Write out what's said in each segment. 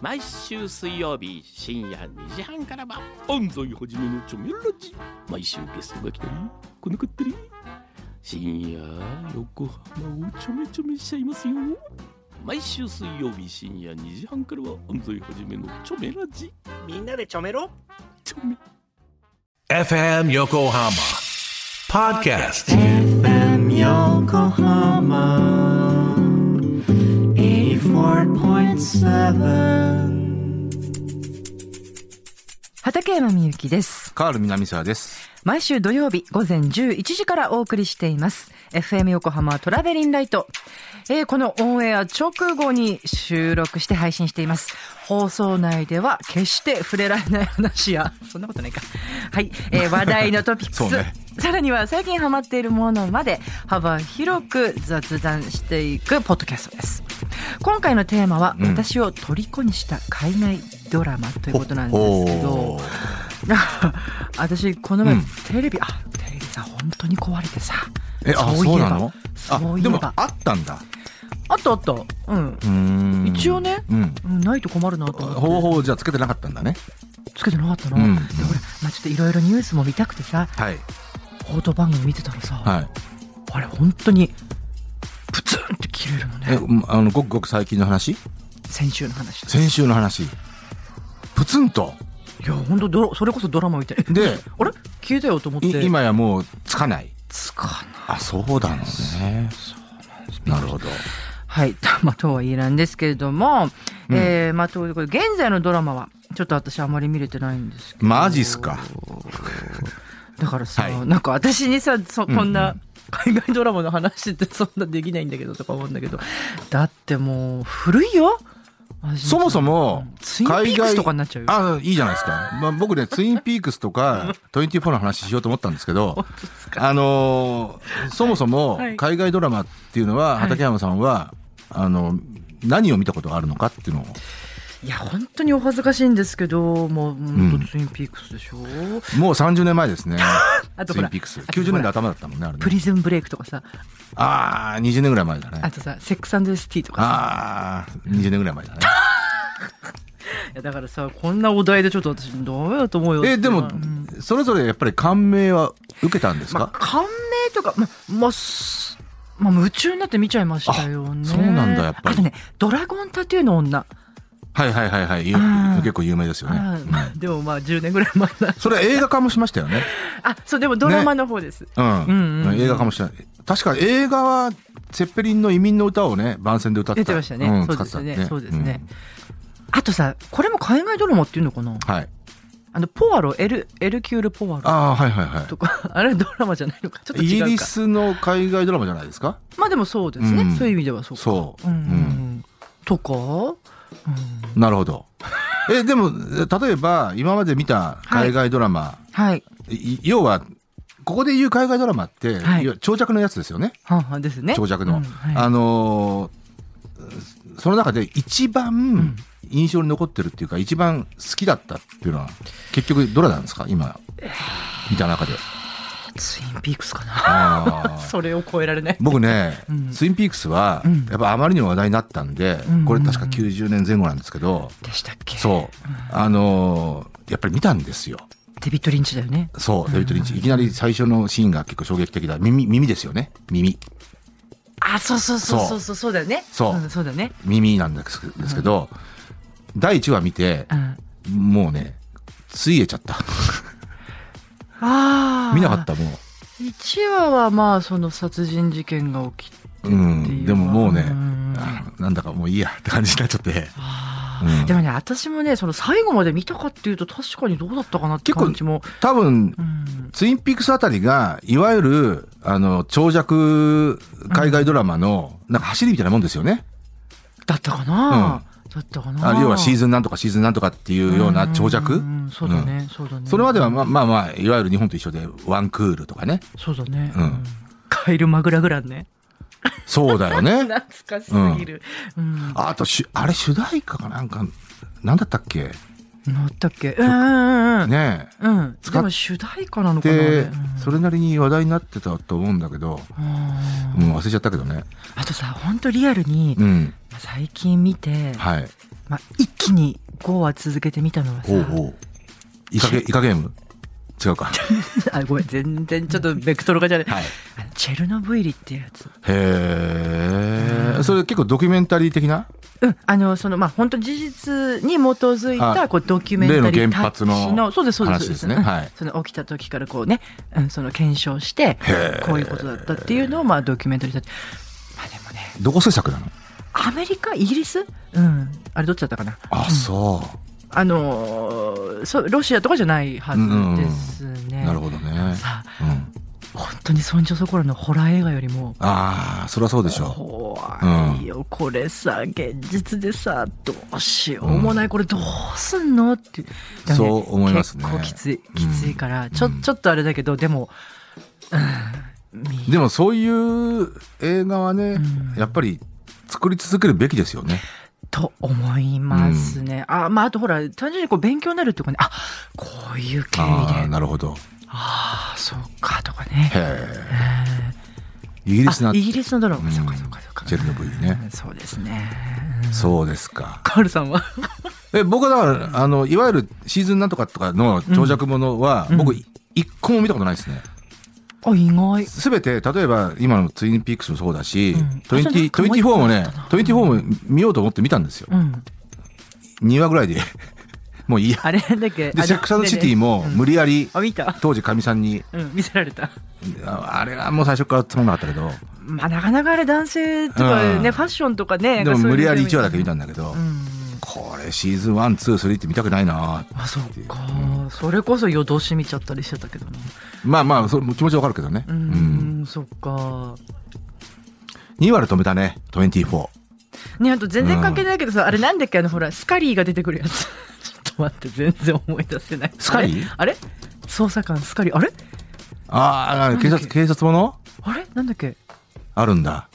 毎週水曜日深夜2時半からは安西はじめのチョメラジ毎週ゲストが来たり来なかったり深夜横浜をちょめちょめしちゃいますよ毎週水曜日深夜2時半からは安西はじめのチョメラジみんなでちょめろチョメ FM Yokohama Podcast. FM Yokohama 84.7畠山みゆきです。カール南沢です。毎週土曜日午前11時からお送りしています。FM 横浜トラベリンライト。えーこのオンエア直後に収録して配信しています。放送内では決して触れられない話や、 そんなことないか。はい、え ー話題のトピックス、そうねさらには最近ハマっているものまで幅広く雑談していくポッドキャストです。今回のテーマは、私を虜にした海外ドラマということなんですけど、なんか私この前、うんテレビあテレビさ本当に壊れてさえ、あ、いえばそうなのそあう、いえでもばああったんだ。ったあったうんうーん一応。ね、うん。うん、ないと困るなと思って方法じゃつけてなかったんだね。つけてなかったな、うんでほら、まあ、ちょっといろいろニュースも見たくてさはい。報道番組見てたらさ、はい。あれ本当にプツンって切れるのえ、ねうんあの、ごくごく最近の話先週の話い先週の話。プツンと。や本当ドラそれこそドラマみたいで、あれ消えたよと思ってい今やもうつかない。つかないあ、そうだのね。なるほど。はい、とまあ、とはいえなんですけれども、うんえーまあ、ということで、現在のドラマは、ちょっと私あまり見れてないんですけど。マジっすか。だからさ、はいなんか私にさ、そこんうな、海外ドラマの話ってそんなできないんだけどとか思うんだけど、だってもう、古いよそもそも、もツイ、ンピークスとかになっちゃうよ。あいいじゃないですか。まあ、僕 ね、ツインピークスとか、24の話しようと思ったんですけど、あのーそもそもはい海外ドラマっていうのは、い畠山さんは、あの、何を見たことがあるのかっていうのを。いや、本当にお恥ずかしいんですけど、もう、本当ツインピークスでしょ、もう30年前で すね。あとほツインら、ピークス。あとほら90年代頭だったもんね、あれねプリズンブレイクとかさ、ああ、20年ぐらい前だあね。とさ、セックスアンドエスティとかさ、ああ、20年ぐらい前だね。いやだからさこんなお題でちょっと私ダメだと思うよえ、でうもん、それぞれやっぱり感銘は受けたんですまあか、感銘とかままあすまあ夢中になって見ちゃいましたよねあそうなんだやっぱりあとね「ドラゴンタトゥーの女はいはいはいはいゆあー。結構有名です」よね。あーうんまあでもまあ10年ぐらい前だそれは映画化もしましたよね。あそうでもドラマの方です、うんうんうん映画かもしれない確か映画はセッペリンの移民の歌をね番宣で歌って出たてましたね、うんそうで使ってたすねねそうですね、あとさこれも海外ドラマっていうのかなうんはいあのポワロエルエルキュール・ポワロああはいはいはとか あれドラマじゃないのかちょっといイギ違うリかスの海外ドラマじゃないですかまあでもそうですね、うんそういう意味ではそうかそう、うんううんん、とか、うんなるほどえでも例えば今まで見た海外ドラマ、はい。い要はここで言う海外ドラマっはて、いいわゆる長尺のやつですよねはんはんですね。長尺の、うんはいあのーその中で一番印象に残ってるっていうか、一番好きだったっていうのは結局どれなんですか今見 た中でツインピークスかな。あーそれを超えられない。僕ね、うんツインピークスはうんやっぱあまりにも話題になったんで、うんこれ確か90年前後なんですけど、でしたっけ。そうあのーやっぱり見たんですよデビッドリンチだよね。そうデビッド・リンチいきなり最初のシーンが結構衝撃的だ耳耳ですよね耳あ、そうそうそうそうそうそうそうだよね。そうんそうだよね。耳なんですですけど、第1話見てう、ん。もうね、ついえちゃった。ああ。見なかった、も一話はまあその殺人事件が起き。う。うん。でももうね、んあなんだかもういいやって感じになっちゃって。あうんーでもね、私もね、その最後まで見たかっていうと、確かにどうだったかなって感じも。多分、うん。ツインピークスあたりが、いわゆる、あの、長尺海外ドラマの、なんか走りみたいなもんですよね。だったかな。だったかあな。要はシーズンなんとかシーズンなんとかっていうような長尺ん。んんそうだね、そうだね。それまではまあまあまあ、いわゆる日本と一緒で、ワンクールとかね。そうだね。うんカエルマグラグランね。そうだ よね。懐かしすぎる。うん。あとし、あれ主題歌かなんか、なんだったっ けなったっけ。うんうんうん。ねえ。うん。使っでも主題歌なのかな。あれでうん、それなりに話題になってたと思うんだけど、あうん、忘れちゃったけどね。ーあとさ、本当リアルにうん。最近見てはい。まあ、一気に5は続けてみたのはさほうほう。イカゲイカゲーム違う か。 あごめん全然ちょっとベクトルがじゃない、はいあのチェルノブイリっていうやつへえ。それ結構ドキュメンタリー的なうん、あのそのまあ本当に事実に基づいたあこうドキュメンタリ例ーのタ原ッチ発ののそうですそうです話ですねそううんはいその起きた時からこうね、うん、その検証してへーこういうことだったっていうのをまあドキュメンタリータッチまあでもねどこ制作なのアメリカイギリスうんあれどっちだったかなあ、そあのーそうロシアとかじゃないはずですね、う。なるほどね。さあうん。本当にそんじょそこらのホラー映画よりもああ、そりゃそうでしょ怖いよ、これさ現実でさどうしようもない、これどうすんのってでもそう思いますね結構きついきついから、んちょうんちょっとあれだけどでも、うん、見う。でもそういう映画はね、んやっぱり作り続けるべきですよね。と思いますね、あまああとほら単純にこう勉強になるっていうかねあこういう経緯ああ、でなるほど。ああそうかとかねへえ。イギリスなあイギリスのドラマ、うんそうかそうかそうかチェルノブイリねうんそうですねそうですか。カールさんはえ僕はだから、あの、いわゆるシーズンなんとかとかの長尺ものは、うん僕う、一個も見たことないですね。あ意外すべて、例えば、今のツインピークスもそうだし、うんトゥインティあとなんかもう24一個もあっねたな、 24も見ようと思って見たんですよ。うん2話ぐらいで、 もういいや。あれだっけで、あセックサードシティもうん無理やり、あ見た当時かみさんに、うん見せられたああれはもう最初からつまんなかったけど、まあなかなかあれ男性とかね、うんファッションとかねでも無理やり1話だけ見見たんだけどう、んこれシーズン1、2、3って見たくないなあそっか、それこそ夜通し見ちゃったりしてたけどなまあまあ、それも気持ちわかるけどね。ううんん。そっか2話で止めたね、24。ねあと全然関係ないけどさ、あれなんだっけあのほらスカリーが出てくるやつ ちょっと待って全然思い出せないスカリーあれあれ捜査官スカリーあれああ、警だっ察、け警察ものあれなんだっけあるんだ。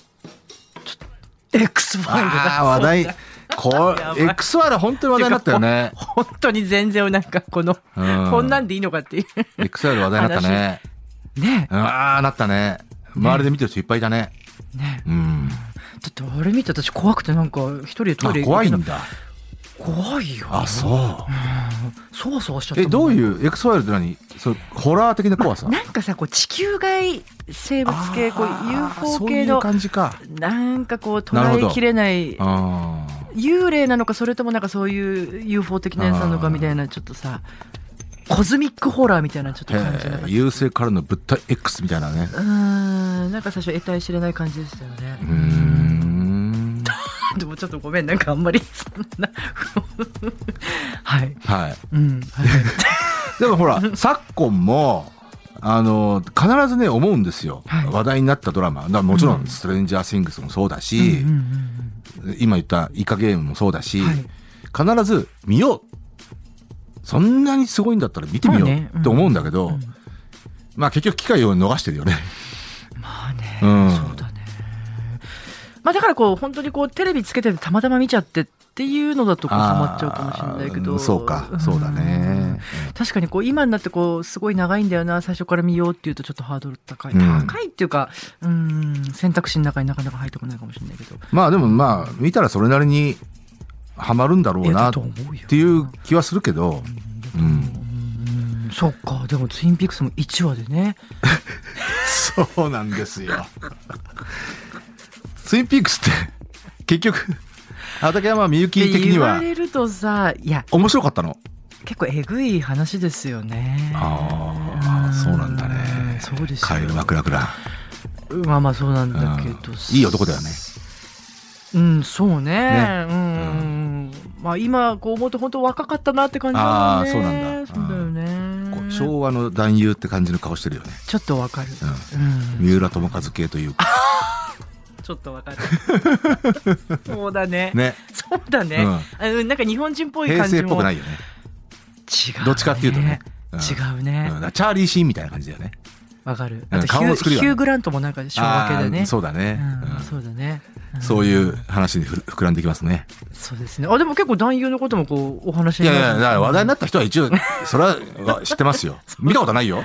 X ファイル あだあ、話題。こやばい XR 本当に話題になったよね。本当に全然なんかこの、うんこんなんでいいのかっていう XR 話題になったね。ねうんああ、なったね。周りで見てる人いっぱいいたね。えねうん。えだってあれ見て私怖くてなんか一人でトあイレ行怖いけなんだ。怖いよあ、そう。そわそわしちゃったえ、どういうう XR って何そうホラー的な怖さなんかさこう地球外生物系こうあー UFO そう系いうの感じか。なんかこうなるほ捉どえきれないああ。幽霊なのかそれともなんかそういう UFO 的なやつなのかみたいなちょっとさコズミックホラーみたいなちょっとへ感じなかえ、った優勢からの物体 X みたいなね。うーんなんか最初得体知れない感じでしたよねうーん。でもちょっとごめんなんかあんまりそんなはいはい。うんはいでも ほら、昨今も、あの、必ずね、思うんですよ。はい話題になったドラマ。だからもちろうんん、ストレンジャー・シングスもそうだうんし、うん今言ったイカゲームもそうだし、はい必ず見ようそんなにすごいんだったら見てみよまあねううんって思うんだけど、うんうんまあ結局機会を逃してるよね。まあね、うんそうだね。まあだからこう本当にこうテレビつけててたまたま見ちゃってっていうのだとこうハマっちゃうかもしれないけあど。ーそうか、んそうだね。確かにこう今になってこうすごい長いんだよな最初から見ようっていうとちょっとハードル高い、うん高いっていうかうん選択肢の中になかなか入ってこないかもしれないけどまあでもまあ見たらそれなりにはまるんだろういやなだっと思うよていう気はするけど、うん、うんそっかでもツインピークスも1話でねそうなんです よ。ツインピークスって結局畠山みゆき的に言わはれるとさいや面白かったの。結構えぐい話ですよねああそうなんだね。そうですよカエルマクラクラ。まあまあそうなんだけど、うんいい男だよねうんそうねねうん、まあ今こう思うと本当若かったなって感じだねあーそうなんだそうだよねこう昭和の男優って感じの顔してるよね。ちょっとわかる、ううん三浦友和系というか。ちょっとわか るそうだねね。そうだね、うんあのなんか日本人っぽい平感成じっもぽくない違よね。う、ね、どっちかっていうとね。ん違うんねだからチャーリーシーンみたいな感じだよね。わ、かるあとヒ顔ューの作りがヒュー・グラントもなんか昭和系だあーねそうだね。うんうんそうだね、んそういう話にふ膨らんできますね。そうですねあでも結構男優のこともこうお話いにやないるや、だから話題になった人は一応、 それはわ知ってますよ。見たことないよ。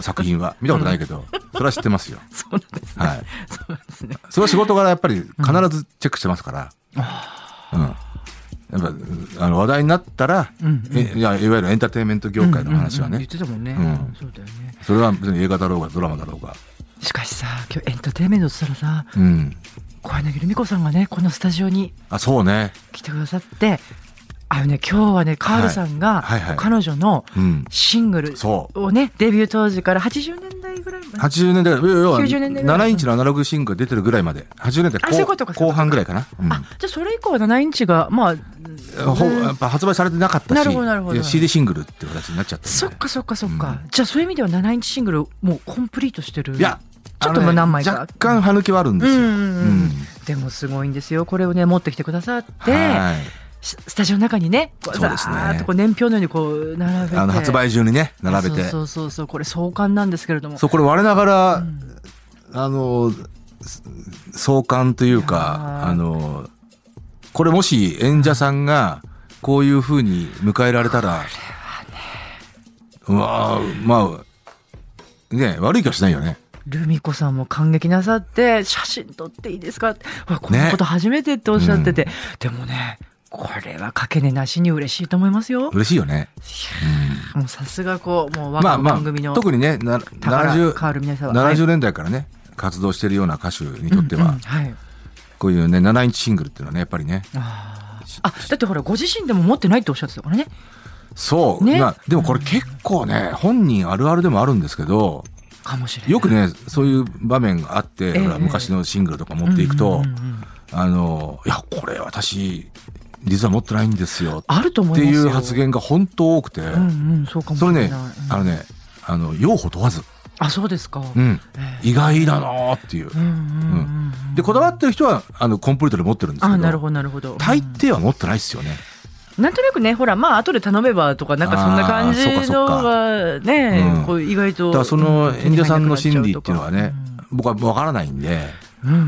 作品は。見たことないけど、それは知ってますよ。 そうなんですね、はい。そうなんですねそれは仕事柄やっぱり必ずチェックしてますから。うん。やっぱあの話題になったら、んえいやいわゆるエンターテインメント業界の話はうんうんうん言っ、ねてたもんね、うんそうだよねそれは別に映画だろうがドラマだろうが、しかしさ今日エンターテインメントって言ったらさうん、小柳ルミ子さんがねこのスタジオにあそうね、来てくださってあのね今日はねカールさんがはいはいはい彼女のうん、シングルそうをねデビュー当時から80年代ぐらいまで80年代要は要は90年代ぐらい7インチのアナログシングルが出てるぐらいまで80年代あそういうこと後かそういうことか後半ぐらいかな、うんあじゃあそれ以降は7インチがまあほやっぱ発売されてなかったしなるほどなるほどいや CD シングルって形になっちゃったんでそっかそっかそっか、うじゃあそういう意味では7インチシングルをもうコンプリートしてるいやちょっとあのもう何枚か若干歯抜けはあるんでうすんうよ、んうん、うんでもすごいんですよこれをね持ってきてくださって、はいススタジオの中にねこうそうざですねーっとこう年表のようにこう並べてあの発売順にね並べてそうそうそうそうこれ創刊なんですけれどもそうこれ我ながら、あのす相関といういやかーあのこれもし演者さんがこういうふうに迎えられたらうわーまあね悪い気はしないよねルミ子さんも感激なさって写真撮っていいですかってほらこんなこと初めてっておっしゃってて、でもねこれはかけねなしに嬉しいと思いますよ。嬉しいよね、もうさすがこうもううんまあ若いま番組のあ特にねな宝70カール皆さんは、 70年代からね活動してるような歌手にとっては、うんうんはい、こういうね7インチシングルっていうのはねやっぱりねあーあだってほらご自身でも持ってないっておっしゃってたからね。そう、ねまあでもこれ結構ね本人あるあるでもあるんですけどかもしれない。よくね、そういう場面があって、えほら昔のシングルとか持っていくうとんうん、うんあの、いや、これ私、実は持ってないんですよ。あると思っいてますいよ。う発。言が本当多くて、うんうんそうかもしそれなれい。ね、あのね、あの、用法問わず、あそうですか。ううんん、意外だなーっていう。うんうんうん。で、こだわってる人は、あの、コンプリートで持ってるんですけあど、なるほどなるほど。大抵は持ってないですよね。なんとなくね、ほら、まあ、後で頼めばとか、なんかそんな感じあーそのっかそっがね、うんこう意外と。だからその演者さんの心理っていうのはね、僕はわからないんで、うんうんうんう。う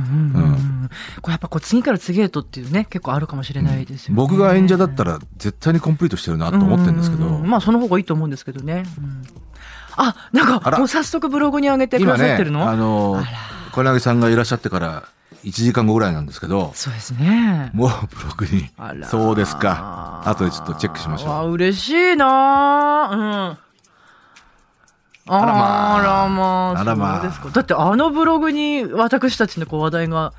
んこうやっぱこう次から次へとっていうね、結構あるかもしれないですよね。僕が演者だったら絶対にコンプリートしてるなと思ってるんですけど、うううんまあ、その方がいいと思うんですけどね。うんあ、なんあか、らもう早速ブログに上げてくださってる今ね、あのの小柳さんがいらっしゃってから1時間後ぐらいなんですけどそうですね。もうブログにあらそうですか後でちょっとチェックしましあょう嬉しいなあうん。あらまああらまああらまあそうですかだってあのブログに私たちのこう話題が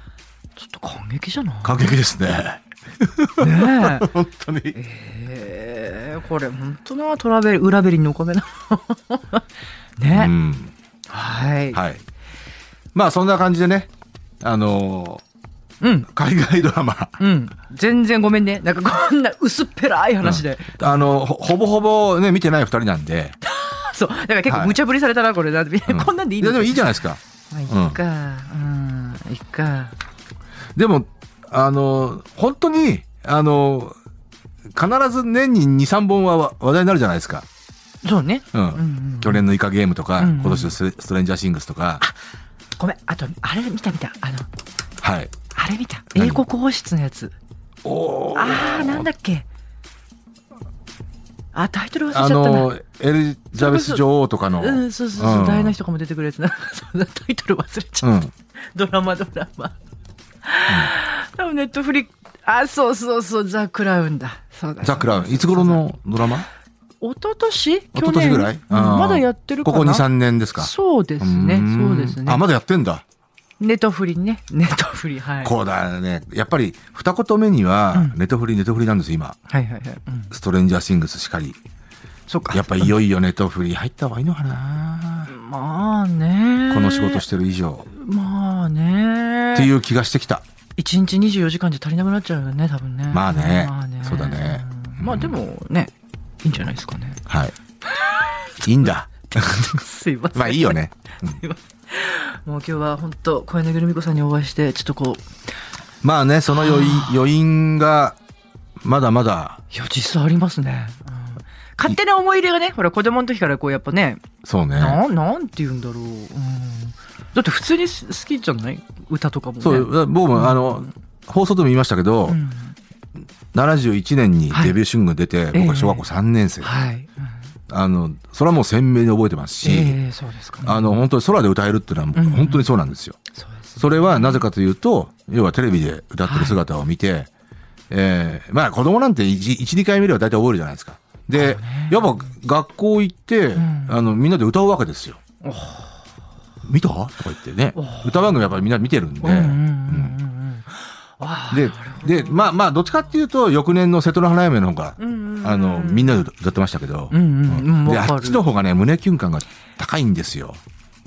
ちょっと感激じゃない感激ですね ねえ本当にえーこれ本当なトラベル裏ベリンのお米だ ね、 うんはい、はいまあそんな感じでねあのうん海外ドラマうん全然ごめんねなんかこんな薄っぺらい話で、あのほほぼほぼね見てない2人なんで そうだから結は構い無茶ぶりされたなこれだって、うこんなんでいいやのでもいいじゃないですかまあいっかうん、いっかでもあの本当にあの必ず年に23本は話話題になるじゃないですかそうね。うんうん去年のイカゲームとか、うんうん今年のスストレンジャーシングスとか、ごめん、あと、あれ見た見た。あの、はい。あれ見た。何英国王室のやつ。おーあー、なんだっけ。あ、タイトル忘れちゃっあたな。の、エリザベス女王とかの。うん、そうそうそう、んダイアナ妃とかも出てくるやつな。 そんなタイトル忘れちゃうった。ん。ドラマ、ドラマ。多分ネットフリック、あ、そうそうそう、ザ・クラウンだ。そうだ。ザ・クラウン。いつ頃のドラマ一昨年去年一昨年ぐらい、うんあーまだやってるかなここ2、3年ですか。そうですうね、ーんそうですね。あ、まだやってんだ。ネットフリね。ネットフリ、はい。こうだね。やっぱり、二言目には、ネトフリ、ネトフリなんですよ、今。はいはいはい。うん、ストレンジャーシングスしかり。そっか。やっぱいよいよ ネトフリ入った方がいいのかな、まあね。この仕事してる以上。まあね。。っていうう気がしてきた。一日二十四時間じゃ足りなくなっちゃうよね、多分ね。まあねそうだねうんまあでもね、いいんじゃないですかね。はい。いいんだ。 すいません。まあいいよね。もう今日は本当小柳ルミ子さんにお会いして、ちょっとこう、まあね、その余韻余韻が、まだまだ、いや、実際ありますね。うん勝手な思い入れがね、ほら子供の時からこうやっぱね、そうね。なん、なんて言うんだろう。うんだって普通に好きじゃない歌とかもね。そう、だ僕も、あの、放送でも言いましたけど、うん71年にデビューシングル出て、い僕は小学校3年生、はい。うんあの、それはもう鮮明に覚えてますし、ええそうですか、ね。あの、本当に空で歌えるっていうのはもう、うん本当にそうなんですよ。そうですねそれはなぜかというと、要はテレビで歌ってる姿を見て、えーまあ子供なんて1、2回見れば大体覚えるじゃないですか。で、やっぱ学校行って、あの、みんなで歌うわけですよ。見たとか言ってね。歌番組やっぱりみんな見てるんで。うんうんうんうんで、で、まあまあ、どっちかっていうと、翌年の瀬戸の花嫁の方が、うんうんうんあの、みんなで歌ってましたけど、うんうんうんで、わかるあっちの方がね、胸キュン感が高いんですよ。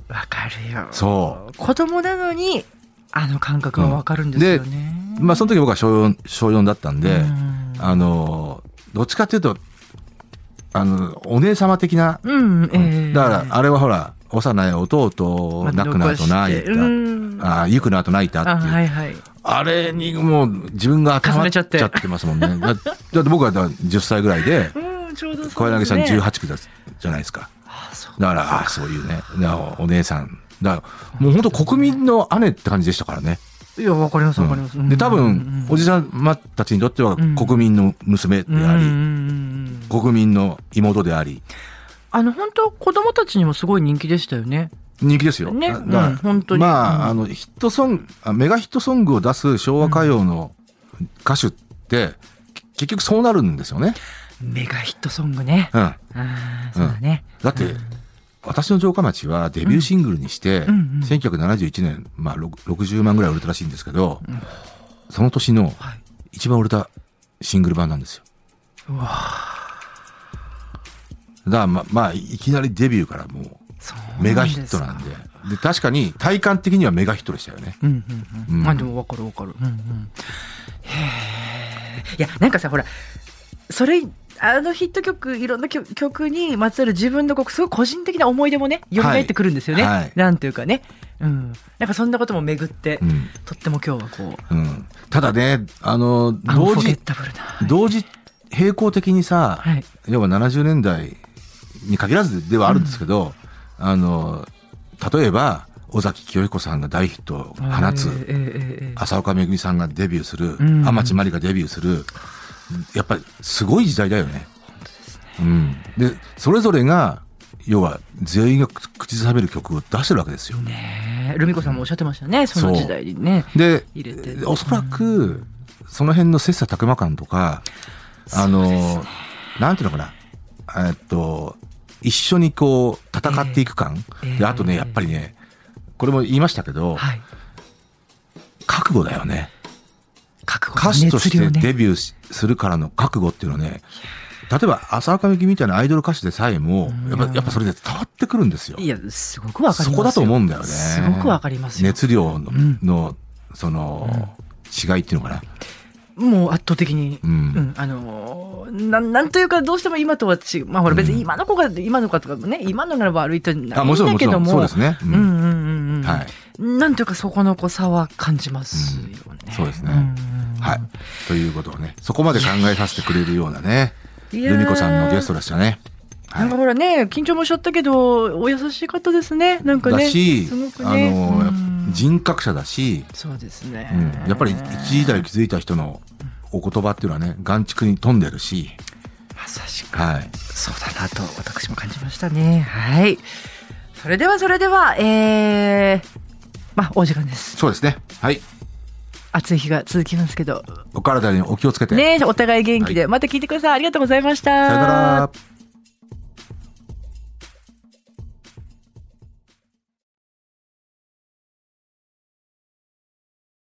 わかるよそ子供なのにあの感覚がわかるんですよね、まあ、その時僕は小4、小4だったんで、うんあの、どっちかっていうと、あの、お姉様的な、うん、ええだから、あれはほら、幼い弟、泣くなと泣いた、うんああ、ゆくなと泣いたってあいう、はいはいあれにもう自分が頭重っねちちゃゃっっててます もんね。だだって僕はだから10歳ぐらいで、うんちょうど小そうで柳すさんね18区だじゃないですか。あそうだから、ああ、そういうね、なおお姉さん。だからもう本当国民の姉って感じでしたからね。いやわかりますわかります、で、多うん分、おじさまたちにとってはん国民の娘でうんうんあうんり、うん国民の妹であり、あの本当子供たちにもすごい人気でしたよね人気ですよ。ねだからうん本当にまあ、あうんの、ヒットソング、あメガヒットソングを出す昭和歌謡の歌手って、き結局そうなるんですよね。メガヒットソングねうん。あーそうだね、だって、私の城下町はデビューシングルにして、んうんうん1971年、まあ、ろく60万ぐらい売れたらしいんですけど、その年のはい一番売れたシングル版なんですよ。うわだからま、まあ、いきなりデビューからもう、そうメガヒットなんで。で、確かに体感的にはメガヒットでしたよね。うんうんうん、うんあでもわかるわかる、うんうん、へえいやなんかさほらそれあのヒット曲いろんな曲曲にまつわる自分のこうすごい個人的な思い出もね蘇ってくるんですよね、はいはいなんていうかね、うん、なんかそんなことも巡って、うん。とっても今日はこうん。ただね、あの、うアンフ同ォゲッ時、タブルな同時、並行的にさ、はい要は70年代に限らずではあるんですけど、あの例えば尾崎清彦さんが大ヒットを放つ、ええええええ浅岡めぐみさんがデビューする、ん天地真理がデビューするやっぱりすごい時代だよね。うん、でそれぞれが要は全員が口ずさめる曲を出してるわけですよ。ねえルミ子さんもおっしゃってましたねその時代にねで入れておそらくその辺の切磋琢磨感とか、あの、なんていうのかなえっと一緒にこう戦っていく感、ええであとねやっぱりねこれも言いましたけど、はい覚悟だよね覚悟歌手としてデビビューしするからの覚悟っていうのはね例えば浅岡美樹みたいなアイドル歌手でさえもやっぱやっぱそれで伝わってくるんですよいやすごくわかりますそよこだと思うんだよねすごくわかりますよ熱量の,、んのその違いっていうのかなもう圧倒的に、ううんんあのーなんなんというかどうしても今とは違う、まあ、ほら別に今の子が、今の子とかもね今のならば悪いとはないあもちろんだけどももちろんそうですねうんううんんうんうんはいなんというかそこのこう差は感じますよね、そうですね。うんはい。ということをね、そこまで考えさせてくれるようなね、いやールミ子さんのゲストでしたね。はなんかい。ほらね緊張もしちゃったけどお優しい方ですねなんかだねしすご、くあねのうー、ん人格者だし、そうですうんね、やっぱり一時代気づいた人のお言葉っていうのはね、眼蓄に富んでるし、まさしくはい。そうだなと私も感じましたね。はい。それではそれでは、えー、まあお時間です。そうですね。はい。暑い日が続きますけど、お体にお気をつけて。ねお互い元気で、また聞いてください。ありがとうございました。さよなら。